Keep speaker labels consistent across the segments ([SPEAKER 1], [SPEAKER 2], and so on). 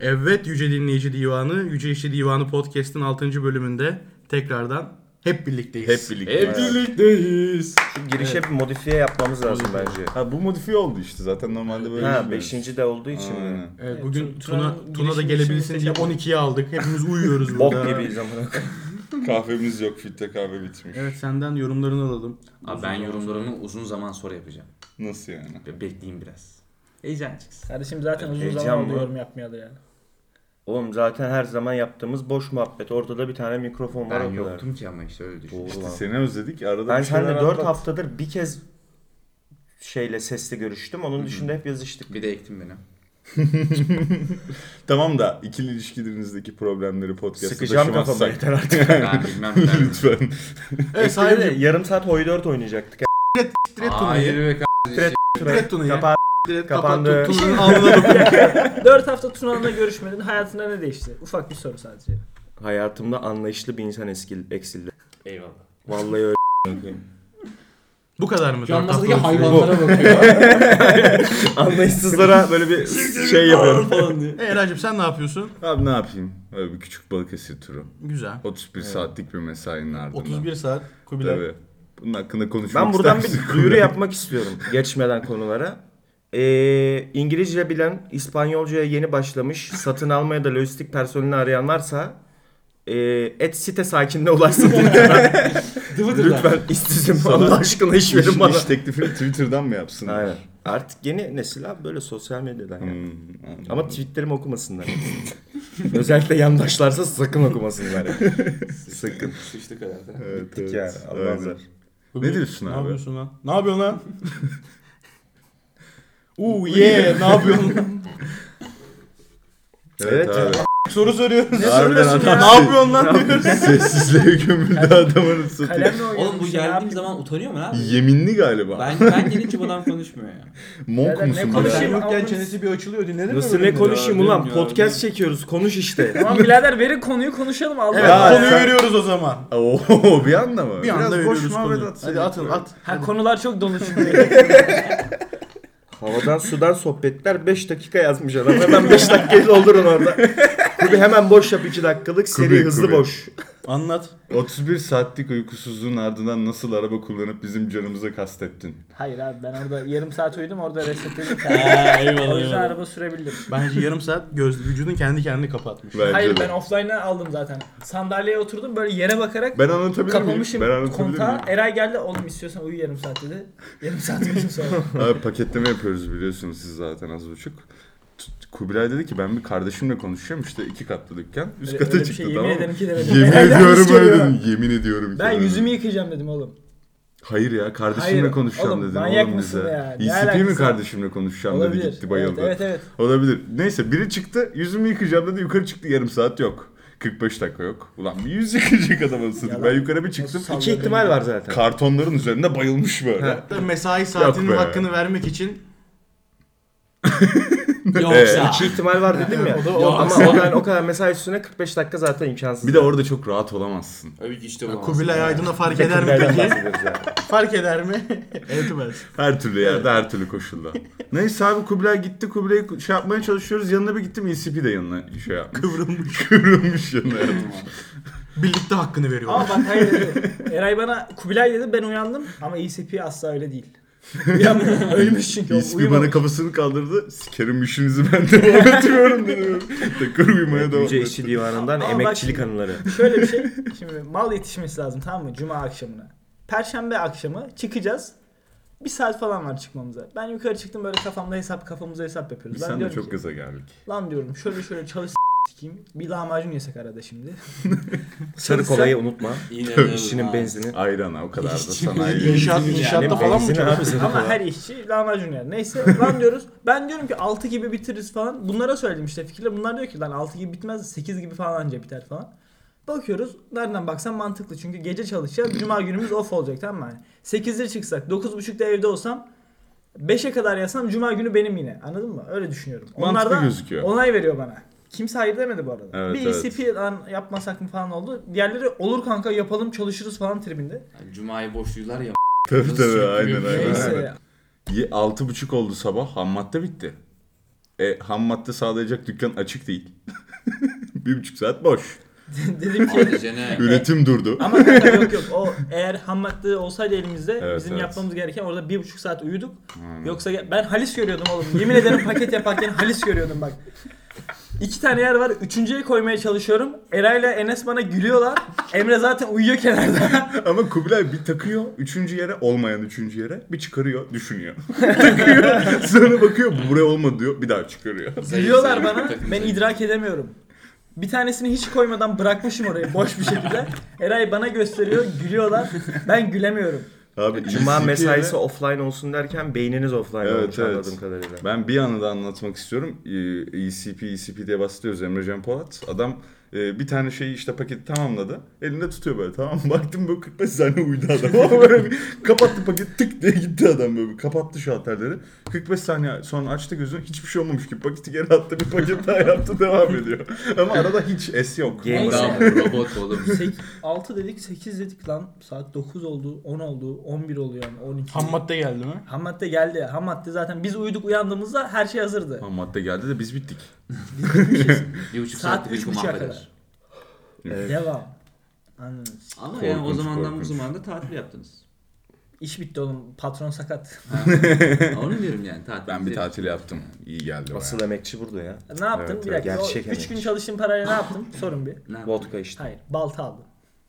[SPEAKER 1] Evet Yüce Dinleyici Divanı, Yüce İşçi Divanı Podcast'ın 6. bölümünde tekrardan hep birlikteyiz.
[SPEAKER 2] Hep birlikte.
[SPEAKER 3] Evlilikteyiz.
[SPEAKER 4] Şu girişe bir modifiye yapmamız lazım bence.
[SPEAKER 2] Ha bu modifiye oldu işte zaten normalde böyle.
[SPEAKER 4] Ha
[SPEAKER 2] değil mi?
[SPEAKER 4] 5. de olduğu için mi?
[SPEAKER 2] Aynen.
[SPEAKER 1] Evet, bugün
[SPEAKER 3] Tun-
[SPEAKER 1] Tuna,
[SPEAKER 3] Tuna'nın
[SPEAKER 1] Tuna da
[SPEAKER 3] girişini
[SPEAKER 1] gelebilsin diye
[SPEAKER 3] seçelim.
[SPEAKER 1] 12'ye aldık. Hepimiz uyuyoruz burada.
[SPEAKER 4] Bok gibiyiz amına koyayım.
[SPEAKER 2] Kahvemiz yok filtre kahve bitmiş.
[SPEAKER 1] Evet senden yorumlarını alalım.
[SPEAKER 3] Abi ben yorumlarımı uzun zaman sonra yapacağım.
[SPEAKER 2] Nasıl yani?
[SPEAKER 3] Be- Bekleyin biraz. Heyecan çıksın.
[SPEAKER 5] Kardeşim zaten uzun
[SPEAKER 4] Heyecan
[SPEAKER 5] zaman oldu
[SPEAKER 4] var.
[SPEAKER 5] yorum yapmayalı yani.
[SPEAKER 4] Oğlum zaten her zaman yaptığımız boş muhabbet. Ortada bir tane mikrofon var
[SPEAKER 3] Ben
[SPEAKER 4] o kadar.
[SPEAKER 3] yoktum ki ama işte öyle düşün.
[SPEAKER 4] Doğru
[SPEAKER 2] İşte
[SPEAKER 4] lan.
[SPEAKER 2] seni özledik arada
[SPEAKER 4] Ben
[SPEAKER 2] bir şeyler
[SPEAKER 4] seninle 4
[SPEAKER 2] atlat.
[SPEAKER 4] haftadır bir kez şeyle sesli görüştüm. Onun dışında hep yazıştık.
[SPEAKER 3] Bir de ektim beni.
[SPEAKER 2] Tamam da ikili ilişkilerinizdeki problemleri podcast'a
[SPEAKER 4] Sıkacağım kafamı
[SPEAKER 2] taşımazsak.
[SPEAKER 4] yeter artık.
[SPEAKER 3] Ben bilmem nerede.
[SPEAKER 2] Lütfen.
[SPEAKER 1] Evet
[SPEAKER 4] Eskiden de
[SPEAKER 1] sahibi
[SPEAKER 4] yarım saat hoy 4 oynayacaktık.
[SPEAKER 1] Tret
[SPEAKER 3] Hayır
[SPEAKER 1] Tuna'yı.
[SPEAKER 3] be
[SPEAKER 1] Tret Tuna'yı.
[SPEAKER 4] Kapa-
[SPEAKER 1] Tret
[SPEAKER 4] kapandı.
[SPEAKER 1] kapandı. Tuna'nın alnına dokun.
[SPEAKER 5] 4 hafta Tuna'yla görüşmedin. Hayatında ne değişti? Ufak bir soru sadece.
[SPEAKER 4] Hayatımda anlayışlı bir insan eskil, eksildi.
[SPEAKER 3] Eyvallah.
[SPEAKER 4] Vallahi öyle.
[SPEAKER 1] Bu kadar mı?
[SPEAKER 6] Şu an
[SPEAKER 1] Dört
[SPEAKER 6] masadaki
[SPEAKER 1] haftalık süre?
[SPEAKER 6] hayvanlara bakıyor.
[SPEAKER 4] Anlayışsızlara böyle bir şey yapıyorum.
[SPEAKER 1] E, Eray'cığım sen ne yapıyorsun?
[SPEAKER 2] Abi ne yapayım? Böyle bir küçük Balıkesir turu.
[SPEAKER 1] Güzel.
[SPEAKER 2] 31 saatlik bir mesainin ardından.
[SPEAKER 1] 31 saat Kubilay.
[SPEAKER 2] Tabii. Bunun hakkında konuşmak
[SPEAKER 4] Ben buradan
[SPEAKER 2] ister misin?
[SPEAKER 4] bir duyuru yapmak istiyorum geçmeden konulara. Ee, İngilizce bilen, İspanyolcaya yeni başlamış, satın almaya da lojistik personeli arayan varsa ee, et site sakinine ulaşsın.
[SPEAKER 6] Dıvıdırlar.
[SPEAKER 4] Lütfen istizim
[SPEAKER 2] Sana-
[SPEAKER 4] Allah aşkına iş
[SPEAKER 2] İş,
[SPEAKER 4] verin bana.
[SPEAKER 2] iş teklifini Twitter'dan mı yapsın?
[SPEAKER 4] Aynen. Artık yeni nesil abi böyle sosyal medyadan
[SPEAKER 2] Hmm.
[SPEAKER 4] yani. Ama tweetlerimi okumasınlar. Özellikle yandaşlarsa sakın okumasınlar. Yani. sakın.
[SPEAKER 6] Sıçtık hayata.
[SPEAKER 2] evet,
[SPEAKER 4] Dik yani. Allah'ım.
[SPEAKER 1] Kubilay,
[SPEAKER 2] Ne diyorsun
[SPEAKER 1] Ne
[SPEAKER 2] abi?
[SPEAKER 1] yapıyorsun lan? Ne yapıyorsun lan? Uuu yeah ne yapıyorsun?
[SPEAKER 2] Evet,
[SPEAKER 4] Evet.
[SPEAKER 2] abi.
[SPEAKER 1] Soru soruyoruz.
[SPEAKER 2] Ne soruyorsun
[SPEAKER 1] Ne yapıyorsun lan diyoruz.
[SPEAKER 2] Sessizliğe gömüldü adamın satıyor.
[SPEAKER 5] Kalemle oynuyormuş.
[SPEAKER 6] Oğlum bu geldiğim zaman utanıyor mu abi?
[SPEAKER 2] Yeminli galiba.
[SPEAKER 6] Ben, ben gelince bu adam konuşmuyor ya.
[SPEAKER 2] Monk
[SPEAKER 5] Neden ne
[SPEAKER 2] musun?
[SPEAKER 5] konuşuyor?
[SPEAKER 2] be?
[SPEAKER 5] Konuşayım, almanız-
[SPEAKER 1] bir açılıyor dinledin
[SPEAKER 4] Nasıl ne konuşayım
[SPEAKER 3] Gördüm,
[SPEAKER 4] ulan?
[SPEAKER 3] gördüm.
[SPEAKER 4] Podcast çekiyoruz. Konuş işte.
[SPEAKER 5] Tamam birader verin konuyu konuşalım Allah
[SPEAKER 1] Evet
[SPEAKER 2] Ya
[SPEAKER 5] Allah.
[SPEAKER 1] konuyu
[SPEAKER 2] sen-
[SPEAKER 1] veriyoruz o zaman.
[SPEAKER 2] Oo bir anda mı?
[SPEAKER 1] Bir anda
[SPEAKER 2] Biraz boş
[SPEAKER 1] veriyoruz
[SPEAKER 2] muhabbet
[SPEAKER 1] konuyu.
[SPEAKER 2] atsın.
[SPEAKER 1] Hadi atın at.
[SPEAKER 5] Ha, konular çok dolu çünkü.
[SPEAKER 4] Havadan sudan sohbetler 5 dakika yazmış adam. Hemen 5 dakikayı doldurun orada. Kubi hemen boş yap 2 dakikalık seri
[SPEAKER 2] Kubi,
[SPEAKER 4] hızlı
[SPEAKER 2] Kubi.
[SPEAKER 4] boş.
[SPEAKER 1] Anlat.
[SPEAKER 2] 31 saatlik uykusuzluğun ardından nasıl araba kullanıp bizim canımıza kastettin?
[SPEAKER 5] Hayır abi ben orada yarım saat uyudum orada resetledim.
[SPEAKER 6] Aa,
[SPEAKER 5] o
[SPEAKER 6] eyvallah
[SPEAKER 5] yüzden
[SPEAKER 6] eyvallah.
[SPEAKER 5] araba sürebildim.
[SPEAKER 1] Bence yarım saat göz vücudun kendi kendini kapatmış.
[SPEAKER 2] Bence
[SPEAKER 5] Hayır
[SPEAKER 2] de.
[SPEAKER 5] ben offline'a aldım zaten. Sandalyeye oturdum böyle yere bakarak
[SPEAKER 2] Ben anlatabilir miyim?
[SPEAKER 5] kapamışım
[SPEAKER 2] Ben anlatabilir
[SPEAKER 5] kontağı.
[SPEAKER 2] miyim?
[SPEAKER 5] Eray geldi oğlum istiyorsan uyu yarım saat dedi. Yarım saat uyudum sonra.
[SPEAKER 2] Abi paketleme yapıyoruz biliyorsunuz siz zaten az buçuk. T- Kubilay dedi ki ben bir kardeşimle konuşacağım işte iki katlı dükkan. Üst
[SPEAKER 5] Öyle-
[SPEAKER 2] kata
[SPEAKER 5] öyle bir
[SPEAKER 2] çıktı
[SPEAKER 5] şey yemin
[SPEAKER 2] tamam mı?
[SPEAKER 5] ederim ki demedim.
[SPEAKER 2] Yemin
[SPEAKER 5] Helal
[SPEAKER 2] ediyorum
[SPEAKER 5] olsun
[SPEAKER 2] öyle
[SPEAKER 5] ya.
[SPEAKER 2] dedim. Yemin ediyorum. ki
[SPEAKER 5] Ben
[SPEAKER 2] öyle
[SPEAKER 5] yüzümü
[SPEAKER 2] dedim.
[SPEAKER 5] yıkayacağım dedim oğlum.
[SPEAKER 2] Hayır ya kardeşimle
[SPEAKER 5] Hayır,
[SPEAKER 2] konuşacağım
[SPEAKER 5] oğlum,
[SPEAKER 2] dedim
[SPEAKER 5] manyak
[SPEAKER 2] oğlum
[SPEAKER 5] mısın
[SPEAKER 2] bize.
[SPEAKER 5] ya? Ne
[SPEAKER 2] ECP mi
[SPEAKER 5] alakası var?
[SPEAKER 2] kardeşimle konuşacağım dedi gitti bayıldı.
[SPEAKER 5] Evet evet.
[SPEAKER 2] Olabilir. Neyse biri çıktı yüzümü yıkayacağım dedi yukarı çıktı yarım saat yok. 45 dakika yok. Ulan bir yüz yıkayacak adam ısırdık.
[SPEAKER 5] Yalan.
[SPEAKER 2] Ben yukarı bir çıktım.
[SPEAKER 4] İki ihtimal var zaten.
[SPEAKER 2] Kartonların üzerinde bayılmış böyle.
[SPEAKER 1] Mesai saatinin
[SPEAKER 2] Yok be.
[SPEAKER 1] hakkını vermek için
[SPEAKER 6] Yoksa.
[SPEAKER 4] İki ihtimal var dedim ya.
[SPEAKER 1] o da
[SPEAKER 6] o.
[SPEAKER 4] Ama o kadar, o kadar mesai üstüne 45 dakika zaten imkansız.
[SPEAKER 2] Ee, Bir de orada çok rahat olamazsın.
[SPEAKER 3] Öyle ki işte olamaz.
[SPEAKER 1] Kubilay Aydın'a fark eder mi
[SPEAKER 4] Kubilay'dan
[SPEAKER 1] peki?
[SPEAKER 4] bahsediyoruz yani.
[SPEAKER 1] fark eder mi? Etmez.
[SPEAKER 2] Her türlü yerde, her türlü koşulda. Neyse abi Kubilay gitti, Kubilay'ı şey yapmaya çalışıyoruz. Yanına bir gittim, ECP de yanına şey yapmış.
[SPEAKER 1] Kıvrılmış.
[SPEAKER 2] Kıvrılmış yanına yatmış.
[SPEAKER 1] Birlikte hakkını veriyorlar.
[SPEAKER 5] Ama bak hayır dedi. Eray bana Kubilay dedi ben uyandım ama ECP asla öyle değil. Uyanmıyor. Ölmüş çünkü. o
[SPEAKER 2] ECP
[SPEAKER 5] uyumamış.
[SPEAKER 2] bana kafasını kaldırdı. Sikerim işinizi ben devam ettiriyorum dedim. Tekrar uyumaya devam
[SPEAKER 4] Yüce
[SPEAKER 2] ettim.
[SPEAKER 4] İşçi Divanı'ndan
[SPEAKER 5] Ama bak
[SPEAKER 4] emekçilik
[SPEAKER 5] şimdi-
[SPEAKER 4] anıları.
[SPEAKER 5] Şöyle bir şey. Şimdi mal yetişmesi lazım tamam mı? Cuma akşamına. Perşembe akşamı çıkacağız. Bir saat falan var çıkmamıza. Ben yukarı çıktım böyle kafamda hesap kafamıza hesap yapıyoruz.
[SPEAKER 2] Biz
[SPEAKER 5] Ben
[SPEAKER 2] sen de
[SPEAKER 5] diyorum
[SPEAKER 2] çok
[SPEAKER 5] ki,
[SPEAKER 2] gaza geldik.
[SPEAKER 5] Lan diyorum şöyle şöyle çalış sikeyim. Bir lahmacun yesek arada şimdi.
[SPEAKER 4] Sarı kolayı unutma.
[SPEAKER 3] İnanılmaz.
[SPEAKER 4] İşinin benzini.
[SPEAKER 2] Ayrana o kadar da
[SPEAKER 6] İşçi-
[SPEAKER 2] sanayi.
[SPEAKER 1] İnşaat,
[SPEAKER 4] Ne
[SPEAKER 1] inşaatta falan mı
[SPEAKER 4] benzini abi sarı
[SPEAKER 5] Ama
[SPEAKER 4] kolay.
[SPEAKER 5] her işçi lahmacun yer. Neyse lan diyoruz. Ben diyorum ki 6 gibi bitiririz falan. Bunlara söyledim işte fikirler. Bunlar diyor ki lan 6 gibi bitmez 8 gibi falan anca biter falan. Bakıyoruz nereden baksan mantıklı çünkü gece çalışacağız. Cuma günümüz off olacak tamam mı? Yani 8'de çıksak 9.30'da evde olsam 5'e kadar yatsam cuma günü benim yine. Anladın mı? Öyle düşünüyorum.
[SPEAKER 2] Mantıklı
[SPEAKER 5] Onlar da
[SPEAKER 2] gözüküyor.
[SPEAKER 5] onay veriyor bana. Kimse hayır demedi bu arada.
[SPEAKER 2] Evet,
[SPEAKER 5] bir
[SPEAKER 2] evet.
[SPEAKER 5] ECP lan yapmasak mı falan oldu. Diğerleri olur kanka yapalım çalışırız falan tribinde.
[SPEAKER 3] Cuma'yı boş duyular ya.
[SPEAKER 2] Tabii
[SPEAKER 3] Nasıl
[SPEAKER 2] tabii
[SPEAKER 3] sürekli
[SPEAKER 2] aynen
[SPEAKER 3] bir-
[SPEAKER 2] aynen.
[SPEAKER 5] Neyse
[SPEAKER 2] aynen. Ye- Altı buçuk oldu sabah. Ham madde bitti. E, ham madde sağlayacak dükkan açık değil. bir buçuk saat boş.
[SPEAKER 5] Dedim ki
[SPEAKER 3] Sadece ne?
[SPEAKER 2] Üretim durdu.
[SPEAKER 5] ama kanka yok yok o eğer ham madde olsaydı elimizde
[SPEAKER 2] Evet,
[SPEAKER 5] bizim
[SPEAKER 2] evet.
[SPEAKER 5] yapmamız gereken orada bir buçuk saat uyuduk. Yoksa ge- ben Halis görüyordum oğlum. Yemin ederim paket yaparken Halis görüyordum bak. İki tane yer var. Üçüncüye koymaya çalışıyorum. Eray'la Enes bana gülüyorlar. Emre zaten uyuyor kenarda.
[SPEAKER 2] Ama Kubilay bir takıyor üçüncü yere olmayan üçüncü yere bir çıkarıyor düşünüyor. takıyor sonra bakıyor bu buraya olmadı diyor bir daha çıkarıyor.
[SPEAKER 5] Gülüyorlar bana.
[SPEAKER 3] Takım
[SPEAKER 5] Ben
[SPEAKER 3] zayıf.
[SPEAKER 5] idrak edemiyorum. Bir tanesini hiç koymadan bırakmışım oraya boş bir şekilde. Eray bana gösteriyor, gülüyorlar. Ben gülemiyorum.
[SPEAKER 2] Abi
[SPEAKER 4] Cuma
[SPEAKER 2] ECP'ye
[SPEAKER 4] mesaisi offline olsun derken beyniniz offline
[SPEAKER 2] Evet,
[SPEAKER 4] olmuş
[SPEAKER 2] evet.
[SPEAKER 4] anladığım kadarıyla.
[SPEAKER 2] Ben bir anı da anlatmak istiyorum. Ee, ECP, ECP diye bahsediyoruz Emre Can Polat. Adam e, bir tane şeyi işte paketi tamamladı. Elinde tutuyor böyle tamam mı? Baktım böyle 45 saniye uyudu adam. Ama böyle bir kapattı paketi tık diye gitti adam böyle. bir Kapattı şalterleri. 45 saniye sonra açtı gözünü. Hiçbir şey olmamış gibi paketi geri attı. Bir paket daha yaptı devam ediyor. Ama arada hiç es yok.
[SPEAKER 4] Game
[SPEAKER 3] Adam robot oğlum.
[SPEAKER 5] 6 dedik, 8 dedik lan. Saat 9 oldu, 10 oldu, 11 oluyor yani 12.
[SPEAKER 1] Ham madde geldi mi?
[SPEAKER 5] Ham madde geldi. Ham madde zaten biz uyuduk uyandığımızda her şey hazırdı.
[SPEAKER 2] Ama madde geldi de biz bittik.
[SPEAKER 3] Bir buçuk
[SPEAKER 5] Saat
[SPEAKER 3] saat
[SPEAKER 5] 3.30'a kadar. Devam. Anladınız.
[SPEAKER 6] Ama yani o
[SPEAKER 2] Korkunç,
[SPEAKER 6] zamandan bu
[SPEAKER 2] korkunç.
[SPEAKER 6] zamanda tatil yaptınız.
[SPEAKER 5] İş bitti oğlum. Patron sakat.
[SPEAKER 6] Onu diyorum yani tatil.
[SPEAKER 2] Ben bir tatil yaptım. İyi geldi baya.
[SPEAKER 4] Asıl emekçi burada ya.
[SPEAKER 5] Ne yaptın?
[SPEAKER 2] Evet,
[SPEAKER 5] bir
[SPEAKER 2] evet. hani.
[SPEAKER 5] dakika.
[SPEAKER 4] Gerçek
[SPEAKER 5] 3 gün
[SPEAKER 4] emek.
[SPEAKER 5] çalıştığım parayla ne yaptın? Sorun bir.
[SPEAKER 6] Ne yaptın?
[SPEAKER 4] Vodka işte.
[SPEAKER 5] Hayır. Balta aldım.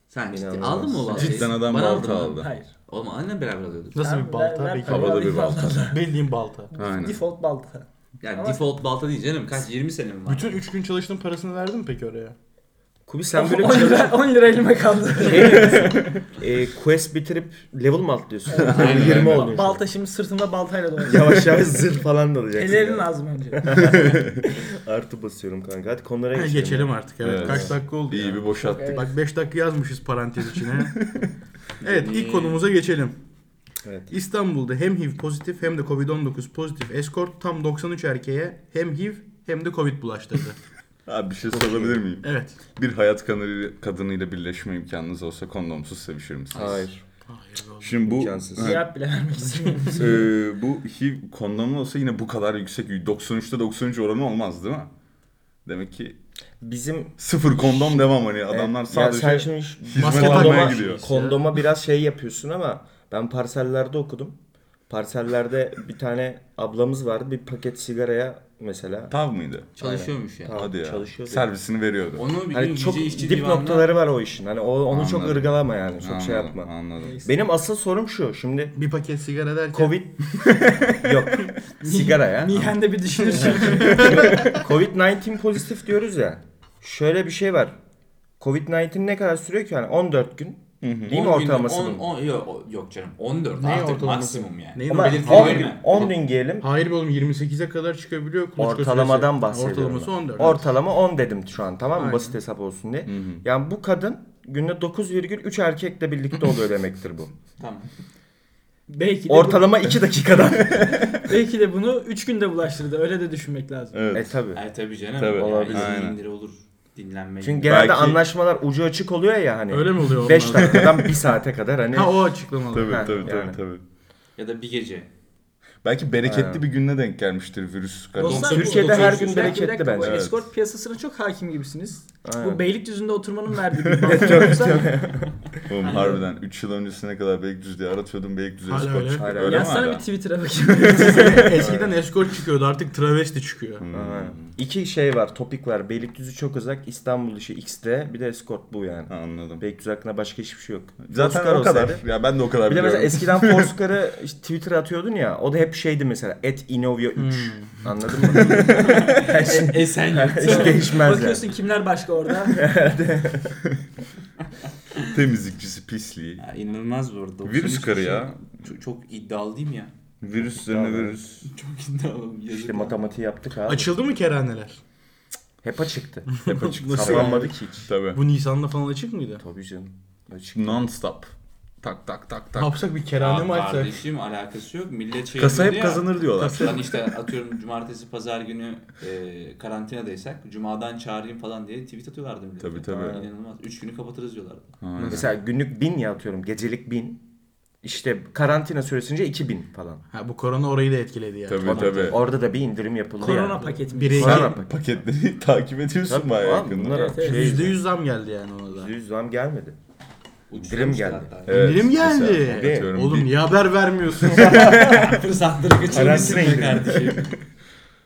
[SPEAKER 6] Sen ciddi
[SPEAKER 4] İnanılmaz.
[SPEAKER 6] aldın mı o baltayı?
[SPEAKER 2] Cidden adam
[SPEAKER 6] Bana
[SPEAKER 2] balta
[SPEAKER 6] aldın mı?
[SPEAKER 2] aldı.
[SPEAKER 5] Hayır.
[SPEAKER 6] Oğlum annemle beraber alıyorduk.
[SPEAKER 1] Nasıl
[SPEAKER 5] Ben-
[SPEAKER 1] bir
[SPEAKER 5] ben-
[SPEAKER 1] balta?
[SPEAKER 5] ben-
[SPEAKER 1] Peki.
[SPEAKER 5] ben-
[SPEAKER 2] Havada bir
[SPEAKER 5] ben-
[SPEAKER 2] balta.
[SPEAKER 1] Bildiğin balta.
[SPEAKER 2] Aynen.
[SPEAKER 5] Default balta.
[SPEAKER 6] Yani
[SPEAKER 5] Ama-
[SPEAKER 6] default balta değil canım. Kaç 20 sene mi var?
[SPEAKER 1] Bütün 3 gün çalıştığın parasını verdin mi peki oraya?
[SPEAKER 4] Kubi
[SPEAKER 5] 10
[SPEAKER 4] sen böyle bir çalış-
[SPEAKER 5] lira, 10 lira elime kaldı.
[SPEAKER 4] şey diyorsun. e, quest bitirip level mi atlıyorsun?
[SPEAKER 2] Aynen,
[SPEAKER 4] 20
[SPEAKER 2] aynen.
[SPEAKER 4] oluyor.
[SPEAKER 5] Balta şimdi sırtımda baltayla dolanıyor.
[SPEAKER 4] Yavaş yavaş zırh falan da alacaksın.
[SPEAKER 5] Ellerin lazım önce.
[SPEAKER 4] Artı basıyorum kanka. Hadi konulara
[SPEAKER 1] Ha,
[SPEAKER 4] geçelim.
[SPEAKER 1] geçelim artık evet.
[SPEAKER 2] Evet.
[SPEAKER 1] Kaç dakika oldu
[SPEAKER 2] İyi
[SPEAKER 1] ya?
[SPEAKER 2] bir boşalttık.
[SPEAKER 5] Evet.
[SPEAKER 1] Bak 5 dakika yazmışız parantez içine. evet ilk
[SPEAKER 3] Yani-
[SPEAKER 1] konumuza geçelim.
[SPEAKER 4] Ee, Evet.
[SPEAKER 1] İstanbul'da hem HIV pozitif hem de Covid-19 pozitif eskort tam 93 erkeğe hem HIV hem de Covid bulaştırdı.
[SPEAKER 2] Abi bir şey sorabilir miyim?
[SPEAKER 1] evet.
[SPEAKER 2] Bir hayat kanı- kadınıyla birleşme imkanınız olsa kondomsuz sevişir misiniz?
[SPEAKER 4] Hayır.
[SPEAKER 1] Hayır oğlum.
[SPEAKER 2] Şimdi bu
[SPEAKER 4] İmkansız.
[SPEAKER 2] Ha,
[SPEAKER 5] Cevap bile vermek istemiyorum.
[SPEAKER 2] e, bu HIV kondomlu olsa yine bu kadar yüksek 93'te 93 oranı olmaz değil mi? Demek ki
[SPEAKER 4] Bizim
[SPEAKER 2] sıfır kondom devam hani adamlar
[SPEAKER 4] Evet. e, Ya
[SPEAKER 2] sadece
[SPEAKER 4] sen şimdi şu-
[SPEAKER 2] hizmet
[SPEAKER 1] Maske takmaya
[SPEAKER 2] almaya
[SPEAKER 4] kondoma,
[SPEAKER 2] gidiyor.
[SPEAKER 4] kondoma biraz şey yapıyorsun ama ben parsellerde okudum. Parsellerde bir tane ablamız vardı. Bir paket sigaraya mesela
[SPEAKER 2] Tav mıydı?
[SPEAKER 6] Çalışıyormuş yani.
[SPEAKER 4] Tav
[SPEAKER 2] Hadi ya.
[SPEAKER 4] çalışıyor.
[SPEAKER 2] Servisini veriyordu.
[SPEAKER 3] Onu bir
[SPEAKER 4] Hani
[SPEAKER 3] gün
[SPEAKER 4] çok
[SPEAKER 3] gece işçi
[SPEAKER 4] dip
[SPEAKER 3] divanına-
[SPEAKER 4] noktaları var o işin. Hani o, onu çok
[SPEAKER 2] Anladım.
[SPEAKER 4] ırgalama yani. Çok şey
[SPEAKER 2] Anladım,
[SPEAKER 4] yapma.
[SPEAKER 2] Anladım.
[SPEAKER 4] Benim asıl sorum şu. Şimdi
[SPEAKER 1] Bir paket sigara derken
[SPEAKER 4] Covid yok. Sigara ya.
[SPEAKER 5] Mihende bir düşünürsün.
[SPEAKER 4] Covid-19 pozitif diyoruz ya. Şöyle bir şey var. Covid-19 ne kadar sürüyor ki? Yani 14 gün. Değil mi
[SPEAKER 3] 10 gün-
[SPEAKER 4] ortalaması?
[SPEAKER 3] on-
[SPEAKER 4] bunun?
[SPEAKER 3] on- yok, yok canım 14
[SPEAKER 1] Neyin
[SPEAKER 3] artık
[SPEAKER 1] ortalaması?
[SPEAKER 3] maksimum yani.
[SPEAKER 1] Neyin
[SPEAKER 3] Ama
[SPEAKER 4] Ama
[SPEAKER 3] belirtileri
[SPEAKER 4] 10 gün,
[SPEAKER 3] mi?
[SPEAKER 4] 10 gün diyelim.
[SPEAKER 1] Hayır be oğlum 28'e kadar çıkabiliyor. kuluçka
[SPEAKER 4] Ortalamadan
[SPEAKER 1] süresi.
[SPEAKER 4] bahsediyorum.
[SPEAKER 1] Ortalaması
[SPEAKER 4] ben.
[SPEAKER 1] 14.
[SPEAKER 4] Ortalama 10 dedim şu an tamam mı?
[SPEAKER 1] Aynen.
[SPEAKER 4] Basit hesap olsun diye.
[SPEAKER 2] hı.
[SPEAKER 4] Yani bu kadın günde 9,3 erkekle birlikte oluyor demektir bu.
[SPEAKER 6] Tamam.
[SPEAKER 5] belki, de bu,
[SPEAKER 4] Ortalama 2 dakikada.
[SPEAKER 5] belki de bunu 3 günde bulaştırdı. Öyle de düşünmek lazım.
[SPEAKER 4] e
[SPEAKER 2] Evet.
[SPEAKER 4] tabi.
[SPEAKER 3] Evet tabii canım.
[SPEAKER 2] Tabii.
[SPEAKER 3] Yani
[SPEAKER 4] Olabilir.
[SPEAKER 3] izin
[SPEAKER 2] Aynen.
[SPEAKER 3] indiri olur. Dinlenme.
[SPEAKER 4] Çünkü
[SPEAKER 3] gibi.
[SPEAKER 4] genelde
[SPEAKER 2] Belki-
[SPEAKER 4] anlaşmalar ucu açık oluyor ya hani.
[SPEAKER 1] Öyle mi oluyor? onlar?
[SPEAKER 4] 5 dakikadan 1 saate kadar hani.
[SPEAKER 1] Ha o açıklamalı.
[SPEAKER 2] Tabii
[SPEAKER 4] Ha,
[SPEAKER 2] tabii tabii
[SPEAKER 4] yani.
[SPEAKER 2] tabii.
[SPEAKER 3] ya da bir gece.
[SPEAKER 2] Belki bereketli
[SPEAKER 4] Aynen.
[SPEAKER 2] bir gününe denk gelmiştir virüs.
[SPEAKER 5] Dostlar,
[SPEAKER 4] Türkiye'de
[SPEAKER 5] bu-
[SPEAKER 4] her
[SPEAKER 5] Bir
[SPEAKER 4] gün
[SPEAKER 5] dakika, bir
[SPEAKER 4] bereketli
[SPEAKER 5] dakika,
[SPEAKER 4] bence.
[SPEAKER 5] Bu
[SPEAKER 2] Evet.
[SPEAKER 5] Escort piyasasına çok hakim gibisiniz. Bu
[SPEAKER 4] Aynen.
[SPEAKER 5] Beylikdüzü'nde oturmanın verdiği bir mantık yoksa
[SPEAKER 2] Oğlum harbiden 3 yıl öncesine kadar Beylikdüzü diye aratıyordum Beylikdüzü
[SPEAKER 1] Hala
[SPEAKER 2] Eskort
[SPEAKER 1] öyle.
[SPEAKER 2] çıktı.
[SPEAKER 4] Hala
[SPEAKER 2] Öyle mi
[SPEAKER 5] yazsana
[SPEAKER 2] hala?
[SPEAKER 5] bir Twitter'a bakayım.
[SPEAKER 1] Eskiden eskort çıkıyordu artık travesti çıkıyor.
[SPEAKER 4] Aynen. İki şey var, topik var. Beylikdüzü çok uzak, İstanbul işi X'de, bir de Escort bu yani.
[SPEAKER 2] Ha, Anladım.
[SPEAKER 4] Beylikdüzü hakkında başka hiçbir şey yok.
[SPEAKER 2] Zaten
[SPEAKER 4] Foursquare
[SPEAKER 2] o kadar.
[SPEAKER 4] olsaydı-
[SPEAKER 2] Ya ben de o kadar
[SPEAKER 4] Bir de
[SPEAKER 2] biliyorum.
[SPEAKER 4] mesela eskiden Foursquare'ı işte Twitter'a atıyordun ya, o da hep şeydi mesela, et Inovia 3.
[SPEAKER 2] Hmm.
[SPEAKER 4] Anladın mı? şey.
[SPEAKER 2] Şey
[SPEAKER 6] E, sen yap.
[SPEAKER 4] Hiç değişmez yani.
[SPEAKER 5] Bakıyorsun kimler başka orada.
[SPEAKER 2] Temizlikçisi pisliği.
[SPEAKER 3] Ya inanılmaz bu arada.
[SPEAKER 2] Virüs
[SPEAKER 3] 93
[SPEAKER 2] karı ya.
[SPEAKER 3] Çok, çok iddialı değil mi ya?
[SPEAKER 2] Virüs üzerine
[SPEAKER 4] Tamam.
[SPEAKER 2] virüs.
[SPEAKER 3] Çok iddialı. Yazık
[SPEAKER 4] İşte
[SPEAKER 3] ya.
[SPEAKER 4] matematiği yaptık abi.
[SPEAKER 1] Açıldı mı kerhaneler?
[SPEAKER 4] Hepa çıktı.
[SPEAKER 2] Hep açık.
[SPEAKER 1] Nasıl
[SPEAKER 4] Kapanmadı ki hiç.
[SPEAKER 2] Tabii.
[SPEAKER 1] Bu Nisan'da falan açık mıydı?
[SPEAKER 4] Tabii canım. Açık.
[SPEAKER 2] Non stop. Tak tak tak
[SPEAKER 1] Ne
[SPEAKER 2] tak.
[SPEAKER 1] yapsak bir kerhane mi
[SPEAKER 3] Ya
[SPEAKER 1] açsak?
[SPEAKER 3] kardeşim alakası yok. Millet şey
[SPEAKER 2] Kasa
[SPEAKER 3] diyordu
[SPEAKER 2] hep
[SPEAKER 3] ya,
[SPEAKER 2] kazanır diyorlar.
[SPEAKER 3] Lan işte atıyorum cumartesi pazar günü e, karantinadaysak cumadan çağırayım falan diye tweet atıyorlardı millet.
[SPEAKER 2] Tabii, tabii.
[SPEAKER 3] İnanılmaz. Üç günü kapatırız diyorlardı.
[SPEAKER 4] Mesela günlük bin ya atıyorum, gecelik bin. işte karantina süresince 2000 falan.
[SPEAKER 1] Ha, bu korona orayı da etkiledi yani.
[SPEAKER 2] Tabii tabii.
[SPEAKER 4] Orada da bir indirim yapıldı
[SPEAKER 5] Korona
[SPEAKER 4] yani.
[SPEAKER 5] paketi mi?
[SPEAKER 1] Bire-
[SPEAKER 4] Korona paketi.
[SPEAKER 2] Paketleri takip ediyorsun
[SPEAKER 4] Tabii,
[SPEAKER 2] bayağı
[SPEAKER 4] tamam,
[SPEAKER 2] yakında.
[SPEAKER 4] bunlar
[SPEAKER 5] Evet, evet.
[SPEAKER 4] şey-
[SPEAKER 1] %100 E, zam geldi yani ona da.
[SPEAKER 4] %100 zam gelmedi.
[SPEAKER 6] Uçurmuşlar
[SPEAKER 4] geldi.
[SPEAKER 6] hatta.
[SPEAKER 2] Evet,
[SPEAKER 1] İndirim geldi.
[SPEAKER 2] mesela atıyorum
[SPEAKER 1] Oğlum
[SPEAKER 2] bir-
[SPEAKER 1] niye haber vermiyorsun?
[SPEAKER 6] Fırsatları kaçırmışsın
[SPEAKER 4] Karantina
[SPEAKER 6] be
[SPEAKER 4] indirimi.
[SPEAKER 6] kardeşim.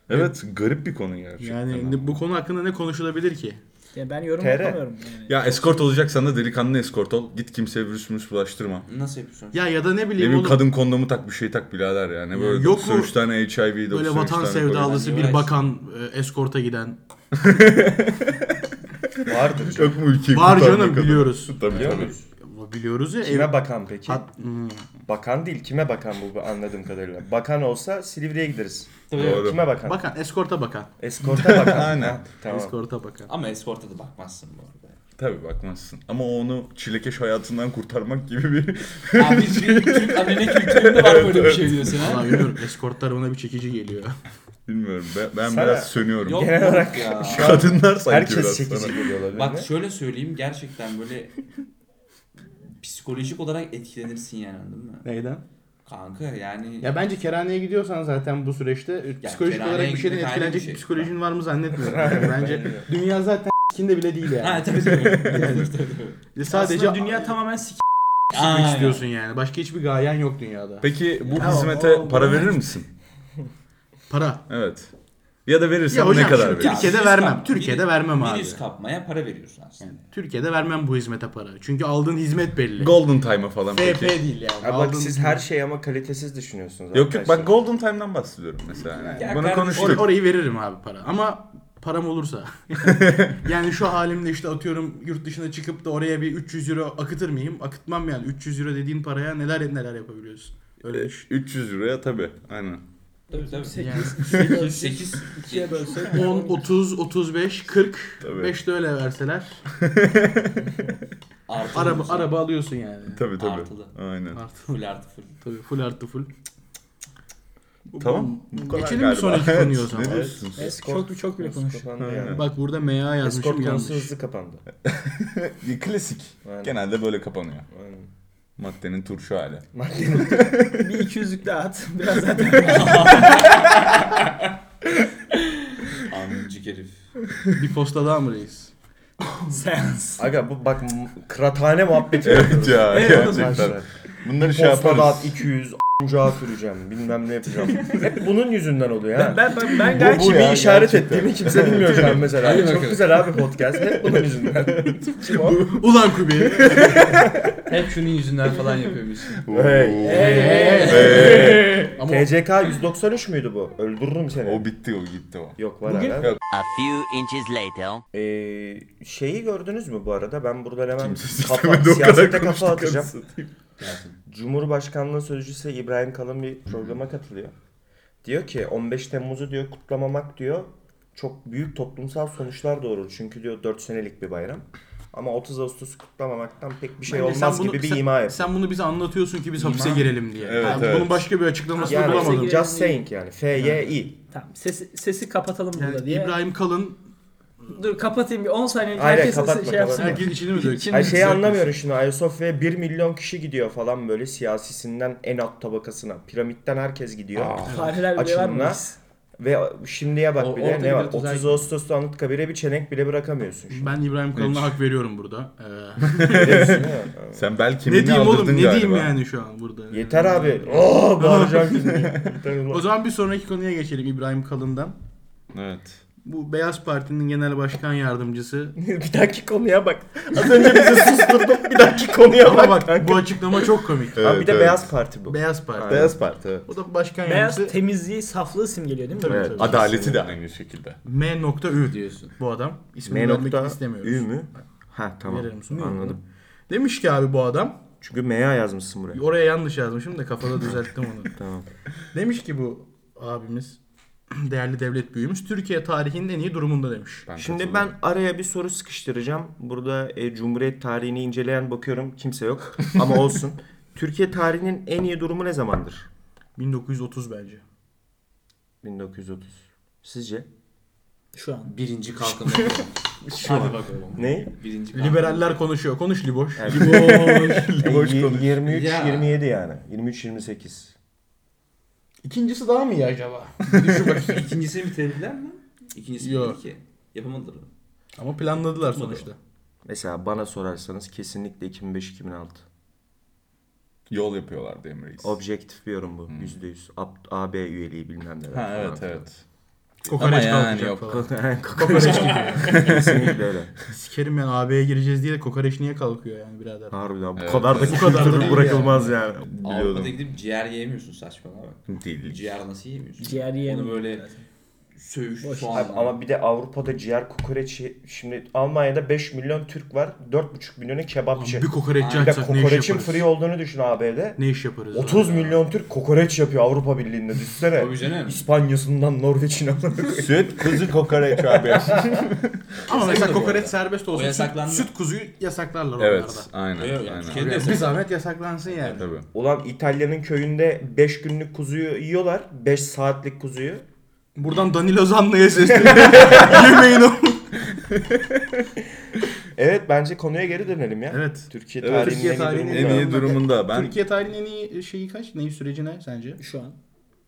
[SPEAKER 2] Evet garip bir konu gerçekten.
[SPEAKER 1] yani
[SPEAKER 2] Yani,
[SPEAKER 1] ne- bu konu hakkında ne konuşulabilir ki?
[SPEAKER 5] Yani ben yorum
[SPEAKER 4] TR.
[SPEAKER 5] yapamıyorum. Yani.
[SPEAKER 2] Ya eskort olacaksan da delikanlı eskort ol. Git kimseye virüs mürüs bulaştırma.
[SPEAKER 6] Nasıl yapıyorsun?
[SPEAKER 1] Ya ya da ne
[SPEAKER 2] Ne
[SPEAKER 1] bileyim
[SPEAKER 2] bileyim
[SPEAKER 1] oğlum.
[SPEAKER 2] kadın kondomu tak bir şey tak birader yani. Böyle
[SPEAKER 1] Yok mu
[SPEAKER 2] 93 tane HIV, 93
[SPEAKER 1] Böyle vatan
[SPEAKER 2] tane
[SPEAKER 1] sevdalısı
[SPEAKER 6] Covid.
[SPEAKER 1] bir bakan e, eskorta giden.
[SPEAKER 4] Vardır.
[SPEAKER 2] Covid. Yok mu ülkeyi
[SPEAKER 1] Var
[SPEAKER 2] kurtarma
[SPEAKER 1] canım
[SPEAKER 2] kadın?
[SPEAKER 1] biliyoruz.
[SPEAKER 2] Tabii tabii.
[SPEAKER 1] Biliyoruz ya.
[SPEAKER 4] Kime
[SPEAKER 1] ev-
[SPEAKER 4] bakan peki?
[SPEAKER 1] Hat- Hmm.
[SPEAKER 4] Bakan değil. Kime bakan bu anladığım kadarıyla? Bakan olsa Silivri'ye gideriz.
[SPEAKER 2] Doğru.
[SPEAKER 4] Kime bakan?
[SPEAKER 1] Bakan, eskorta bakan.
[SPEAKER 4] Eskorta bakan.
[SPEAKER 2] Aynen.
[SPEAKER 4] Ha, Tamam.
[SPEAKER 1] Eskorta bakan.
[SPEAKER 6] Ama eskorta da bakmazsın bu arada.
[SPEAKER 2] Tabii bakmazsın. Ama o onu çilekeş hayatından kurtarmak gibi bir...
[SPEAKER 6] Abi Türk Türk amele kültüründe var böyle bir şey diyorsun ha.
[SPEAKER 1] Valla bilmiyorum eskortlar bana bir çekici geliyor.
[SPEAKER 2] Bilmiyorum. Ben, ben
[SPEAKER 4] Sana-
[SPEAKER 2] biraz sönüyorum.
[SPEAKER 6] Yok
[SPEAKER 4] Genel
[SPEAKER 6] yok
[SPEAKER 4] olarak
[SPEAKER 6] ya.
[SPEAKER 4] şu an
[SPEAKER 2] Kadınlar sanki
[SPEAKER 4] herkes
[SPEAKER 2] biraz
[SPEAKER 4] çekici
[SPEAKER 2] sana.
[SPEAKER 4] geliyor olabilir
[SPEAKER 6] Bak
[SPEAKER 4] mi?
[SPEAKER 6] şöyle söyleyeyim gerçekten böyle psikolojik olarak etkilenirsin yani anladın mı?
[SPEAKER 1] Neyden?
[SPEAKER 6] Kanka yani
[SPEAKER 1] Ya bence kerhaneye gidiyorsan zaten bu süreçte psikolojik
[SPEAKER 6] kerhaneye
[SPEAKER 1] olarak bir şeyden
[SPEAKER 6] gitmek ayrı
[SPEAKER 1] etkilenecek
[SPEAKER 6] bir şey.
[SPEAKER 1] psikolojin var mı zannetmiyorum. Yani bence dünya zaten s**kinde bile değil yani.
[SPEAKER 6] Ha tabii tabii. tabii, tabii.
[SPEAKER 1] Sadece
[SPEAKER 5] Aslında dünya tamamen sik
[SPEAKER 1] s**mek
[SPEAKER 6] Aynen.
[SPEAKER 1] istiyorsun yani. Başka hiçbir gayen yok dünyada.
[SPEAKER 2] Peki bu
[SPEAKER 5] Tamam,
[SPEAKER 2] hizmete
[SPEAKER 5] o-
[SPEAKER 2] para verir misin?
[SPEAKER 1] Para.
[SPEAKER 2] Evet. Ya da
[SPEAKER 1] Ya
[SPEAKER 2] verirsen ne
[SPEAKER 1] hocam
[SPEAKER 2] kadar
[SPEAKER 1] şimdi
[SPEAKER 2] verirsin?
[SPEAKER 6] Ya,
[SPEAKER 1] Türkiye'de
[SPEAKER 6] virüs
[SPEAKER 1] vermem.
[SPEAKER 6] kap-
[SPEAKER 1] Türkiye'de
[SPEAKER 6] virüs-
[SPEAKER 1] vermem abi.
[SPEAKER 6] Virüs kapmaya para veriyorsun aslında.
[SPEAKER 1] Türkiye'de vermem bu hizmete para. Çünkü aldığın hizmet belli.
[SPEAKER 2] Golden Time'a falan
[SPEAKER 1] FP
[SPEAKER 2] peki.
[SPEAKER 1] değil yani.
[SPEAKER 4] Abi bak
[SPEAKER 1] Aldığın-
[SPEAKER 4] siz her şeyi ama kalitesiz düşünüyorsunuz.
[SPEAKER 2] Yok yok
[SPEAKER 4] arkadaşlar.
[SPEAKER 2] bak Golden Time'dan bahsediyorum mesela. Yani
[SPEAKER 6] Ya
[SPEAKER 2] Bunu
[SPEAKER 6] kardeşim,
[SPEAKER 1] Or-
[SPEAKER 2] konuştuk.
[SPEAKER 1] orayı veririm abi para. Ama param olursa. yani şu halimle işte atıyorum yurt dışına çıkıp da oraya bir 300 euro akıtır mıyım? Akıtmam yani. 300 euro dediğin paraya neler neler yapabiliyorsun.
[SPEAKER 2] E,
[SPEAKER 1] Öyle düşün.
[SPEAKER 2] 300 liraya tabii. Aynen.
[SPEAKER 6] Tabii tabii.
[SPEAKER 1] Yani
[SPEAKER 6] 8
[SPEAKER 5] ikiye bölsek.
[SPEAKER 1] 10, 30, 35, 40,
[SPEAKER 2] Tabii.
[SPEAKER 1] 5 de öyle verseler.
[SPEAKER 6] artı
[SPEAKER 1] Araba, araba alıyorsun yani.
[SPEAKER 2] Tabii tabii.
[SPEAKER 6] Artılı.
[SPEAKER 2] Aynen.
[SPEAKER 1] Artı full.
[SPEAKER 6] full artı full.
[SPEAKER 1] Tabii full artı full.
[SPEAKER 2] Tamam. Bu kadar
[SPEAKER 1] Geçelim mi
[SPEAKER 2] galiba.
[SPEAKER 1] sonraki
[SPEAKER 2] Evet,
[SPEAKER 1] konuya o zaman?
[SPEAKER 2] Ne diyorsunuz?
[SPEAKER 4] Eskort-
[SPEAKER 5] Çok çok bile
[SPEAKER 4] konusu
[SPEAKER 5] konuştuk.
[SPEAKER 4] kapandı yani.
[SPEAKER 2] Aynen.
[SPEAKER 1] Bak burada MA yazmışım
[SPEAKER 4] Eskort konusu
[SPEAKER 1] yanlış.
[SPEAKER 4] hızlı kapandı.
[SPEAKER 2] Bir Klasik.
[SPEAKER 4] Aynen.
[SPEAKER 2] Genelde böyle kapanıyor.
[SPEAKER 4] Aynen.
[SPEAKER 2] Maddenin turşu hali.
[SPEAKER 4] Maddenin-
[SPEAKER 5] Bir iki yüzlük daha at. Biraz zaten
[SPEAKER 6] Amcık herif.
[SPEAKER 1] Bir posta daha mı reis?
[SPEAKER 5] seans.
[SPEAKER 4] Aga bu bak m- kıraathane muhabbeti.
[SPEAKER 2] evet ya
[SPEAKER 4] Evet,
[SPEAKER 2] gerçekten.
[SPEAKER 4] arkadaşlar.
[SPEAKER 2] Bunları şey
[SPEAKER 4] Posta dağıt
[SPEAKER 2] yaparız.
[SPEAKER 4] 200 a**ncağı süreceğim bilmem ne yapacağım. Hep bunun yüzünden oluyor ha.
[SPEAKER 5] Ben ben ben, ben
[SPEAKER 4] Ben
[SPEAKER 5] gayet
[SPEAKER 2] bu
[SPEAKER 4] kimi
[SPEAKER 2] ya,
[SPEAKER 4] işaret
[SPEAKER 2] gerçekten.
[SPEAKER 4] ettiğimi kimse bilmiyor şu an mesela.
[SPEAKER 6] Hadi
[SPEAKER 4] Çok
[SPEAKER 6] bakalım.
[SPEAKER 4] güzel abi podcast. Hep bunun yüzünden. Kim o?
[SPEAKER 1] Ulan Kubi.
[SPEAKER 6] Hep şunun yüzünden falan yapıyormuş.
[SPEAKER 4] Hey.
[SPEAKER 2] Hey.
[SPEAKER 1] Ee, Ama
[SPEAKER 4] TCK 193 müydü bu? Öldürürüm seni.
[SPEAKER 2] O bitti o gitti o.
[SPEAKER 4] Yok var
[SPEAKER 5] Bugün-
[SPEAKER 4] hala.
[SPEAKER 2] Yok.
[SPEAKER 7] A few inches later.
[SPEAKER 4] Ee, şeyi gördünüz mü bu arada? Ben burada hemen kafa,
[SPEAKER 2] Sistemde o kadar
[SPEAKER 4] siyasete kafa
[SPEAKER 2] konuştuk.
[SPEAKER 4] atacağım.
[SPEAKER 2] anasını satayım.
[SPEAKER 4] Cumhurbaşkanlığı Sözcüsü İbrahim Kalın bir programa katılıyor. Diyor ki 15 Temmuz'u diyor kutlamamak diyor çok büyük toplumsal sonuçlar doğurur. Çünkü diyor 4 senelik bir bayram. Ama 30 Ağustos'u kutlamamaktan pek bir şey
[SPEAKER 1] Yani sen
[SPEAKER 4] olmaz
[SPEAKER 1] bunu-
[SPEAKER 4] gibi bir
[SPEAKER 1] sen-
[SPEAKER 4] ima yapıyor.
[SPEAKER 1] Sen bunu bize anlatıyorsun ki biz hapse girelim diye.
[SPEAKER 2] Evet,
[SPEAKER 1] Yani
[SPEAKER 2] evet.
[SPEAKER 1] Bunun başka bir açıklamasını
[SPEAKER 5] Yani-
[SPEAKER 1] bulamadım.
[SPEAKER 4] Yani
[SPEAKER 5] bulamadım.
[SPEAKER 4] just saying yani. F-Y-İ.
[SPEAKER 5] Tamam sesi, sesi kapatalım burada
[SPEAKER 1] Yani
[SPEAKER 5] diye.
[SPEAKER 1] İbrahim Kalın
[SPEAKER 5] Dur kapatayım bir 10 saniye
[SPEAKER 4] Hayır,
[SPEAKER 5] herkes
[SPEAKER 4] kapatma,
[SPEAKER 5] şey yapsın.
[SPEAKER 4] kapatma.
[SPEAKER 1] herkes içini mi döküyor?
[SPEAKER 4] Hayır şeyi anlamıyorum şimdi Ayasofya'ya 1 milyon kişi gidiyor falan böyle siyasisinden en alt tabakasına. Piramitten herkes gidiyor.
[SPEAKER 5] Fareler bile var mı?
[SPEAKER 4] Açılımla. Ve şimdiye bak
[SPEAKER 1] O-
[SPEAKER 4] bile
[SPEAKER 1] ortaya
[SPEAKER 4] ne var?
[SPEAKER 1] gidiyor,
[SPEAKER 4] 30 Ağustos'ta Anıtkabir'e bir çenek bile bırakamıyorsun şimdi.
[SPEAKER 1] Ben İbrahim Kalın'a hak veriyorum burada. Ee,
[SPEAKER 4] Biliyorsun değil mi?
[SPEAKER 2] Sen bel kemiğini
[SPEAKER 1] ne diyeyim oğlum ne
[SPEAKER 2] aldırdın
[SPEAKER 1] diyeyim
[SPEAKER 2] galiba.
[SPEAKER 1] yani şu an burada.
[SPEAKER 4] Yeter abi. Oh, bağıracağım şimdi. Yeter ulan.
[SPEAKER 1] O zaman bir sonraki konuya geçelim İbrahim Kalın'dan.
[SPEAKER 2] Evet.
[SPEAKER 1] Bu Beyaz Parti'nin genel başkan yardımcısı.
[SPEAKER 4] bir dahaki konuya bak. Az önce bizi susturdun. Bir dahaki konuya
[SPEAKER 1] Ama
[SPEAKER 4] bak.
[SPEAKER 1] bak
[SPEAKER 4] kanka.
[SPEAKER 1] bu açıklama çok komik.
[SPEAKER 4] Abi bir de Beyaz Parti bu.
[SPEAKER 1] Beyaz Parti.
[SPEAKER 2] Beyaz Parti. evet.
[SPEAKER 1] O da başkan
[SPEAKER 5] Beyaz
[SPEAKER 1] yardımcısı
[SPEAKER 5] temizliği, saflığı simgeliyor değil mi?
[SPEAKER 1] Tabii.
[SPEAKER 4] Evet.
[SPEAKER 2] Adaleti de aynı şekilde.
[SPEAKER 1] M.Ü
[SPEAKER 6] Diyorsun.
[SPEAKER 1] bu adam. İsmini
[SPEAKER 4] M nokta
[SPEAKER 1] vermek istemiyoruz.
[SPEAKER 4] Ü mü? Ha tamam.
[SPEAKER 1] Verelim sonra.
[SPEAKER 4] Anladım.
[SPEAKER 1] Demiş ki abi bu adam.
[SPEAKER 4] Çünkü MA yazmışsın buraya.
[SPEAKER 1] Oraya yanlış yazmışım da kafada düzelttim onu.
[SPEAKER 4] Tamam.
[SPEAKER 1] Demiş ki bu abimiz değerli devlet büyüğümüz Türkiye tarihinin en iyi durumunda demiş.
[SPEAKER 4] Şimdi ben araya bir soru sıkıştıracağım. Burada e, Cumhuriyet tarihini inceleyen bakıyorum kimse yok ama olsun. Türkiye tarihinin en iyi durumu ne zamandır?
[SPEAKER 1] 1930 bence.
[SPEAKER 4] 1930. Sizce?
[SPEAKER 5] Şu an.
[SPEAKER 3] Birinci kalkınma. projesi. Hadi bakalım.
[SPEAKER 4] Ne?
[SPEAKER 3] Birinci kalkınma.
[SPEAKER 1] Liberaller konuşuyor. Konuş Liboş.
[SPEAKER 4] Evet.
[SPEAKER 1] Liboş.
[SPEAKER 2] Boş
[SPEAKER 4] Y-
[SPEAKER 2] konuş.
[SPEAKER 4] 23
[SPEAKER 6] Ya.
[SPEAKER 4] 27 yani. 23 28.
[SPEAKER 6] İkincisi daha mı iyi acaba?
[SPEAKER 3] İkincisini bitirdiler mi? İkincisi
[SPEAKER 1] Yok.
[SPEAKER 3] bitirdi ki. Yapamadılar. onu.
[SPEAKER 1] Ama planladılar sonuçta.
[SPEAKER 4] Mesela bana sorarsanız kesinlikle 2005 2006.
[SPEAKER 2] Yol yapıyorlardı Emre Reis.
[SPEAKER 4] Objektif bir yorum bu. %100. Ab- AB üyeliği bilmem neler.
[SPEAKER 2] Hmm. Ha
[SPEAKER 4] falan
[SPEAKER 2] evet
[SPEAKER 4] filan.
[SPEAKER 2] evet. Ama
[SPEAKER 1] Kokoreç
[SPEAKER 2] yani
[SPEAKER 1] kalkacak
[SPEAKER 2] yok.
[SPEAKER 1] falan.
[SPEAKER 4] Kokoreç gibi. Kesinlikle öyle.
[SPEAKER 1] Sikerim yani AB'ye gireceğiz diye de kokoreç niye kalkıyor yani birader.
[SPEAKER 4] Harbiden bu
[SPEAKER 2] Evet,
[SPEAKER 4] kadar da
[SPEAKER 2] evet.
[SPEAKER 4] bu
[SPEAKER 1] Bu kadar da değil
[SPEAKER 4] bırakılmaz yani.
[SPEAKER 2] Biliyordum.
[SPEAKER 3] Avrupa'da gidip ciğer yiyemiyorsun saçmalama.
[SPEAKER 2] Değil.
[SPEAKER 3] Ciğer nasıl yiyemiyorsun?
[SPEAKER 5] Ciğer
[SPEAKER 3] Onu
[SPEAKER 5] yiyemiyorum
[SPEAKER 3] böyle sövüş
[SPEAKER 5] Boş.
[SPEAKER 3] soğan.
[SPEAKER 4] Abi ama bir de Avrupa'da ciğer kokoreçi şimdi Almanya'da 5 milyon Türk var. 4,5 milyonu
[SPEAKER 1] Lan
[SPEAKER 4] kebapçı.
[SPEAKER 1] bir kokoreççi
[SPEAKER 4] Bir de
[SPEAKER 1] açsak ne iş
[SPEAKER 4] kokoreçin
[SPEAKER 1] yaparız?
[SPEAKER 4] free olduğunu düşün AB'de.
[SPEAKER 1] Ne iş yaparız?
[SPEAKER 4] 30 milyon Türk kokoreç yapıyor Avrupa Birliği'nde düşünsene.
[SPEAKER 3] Tabii canım.
[SPEAKER 4] İspanya'sından Norveç'ine.
[SPEAKER 2] Süt kızı kokoreç abi.
[SPEAKER 1] Ama mesela
[SPEAKER 3] Yasaklanır bu
[SPEAKER 1] kokoreç
[SPEAKER 3] arada.
[SPEAKER 1] serbest
[SPEAKER 3] O
[SPEAKER 1] olsun. Süt,
[SPEAKER 3] yasaklandı.
[SPEAKER 1] süt kuzuyu yasaklarlar
[SPEAKER 2] evet
[SPEAKER 1] onlarda.
[SPEAKER 2] aynen.
[SPEAKER 3] Yok, yani
[SPEAKER 2] aynen.
[SPEAKER 3] Türkiye'de
[SPEAKER 1] Bir
[SPEAKER 3] yasak.
[SPEAKER 1] zahmet yasaklansın yani.
[SPEAKER 2] Tabii.
[SPEAKER 4] Ulan İtalya'nın köyünde 5 günlük kuzuyu yiyorlar. 5 saatlik kuzuyu.
[SPEAKER 1] Buradan Danilo Zanna'ya sesleniyorum. Yemeyin o.
[SPEAKER 4] Evet bence konuya geri dönelim ya.
[SPEAKER 1] Evet.
[SPEAKER 4] Türkiye
[SPEAKER 2] Evet,
[SPEAKER 4] tarihinin
[SPEAKER 1] Türkiye
[SPEAKER 4] en iyi
[SPEAKER 1] tarihinin
[SPEAKER 4] durumu
[SPEAKER 2] En iyi
[SPEAKER 4] ya.
[SPEAKER 2] durumunda ben
[SPEAKER 1] Türkiye tarihinin en iyi şeyi kaç? Neyi süreci ne sence?
[SPEAKER 5] Şu an.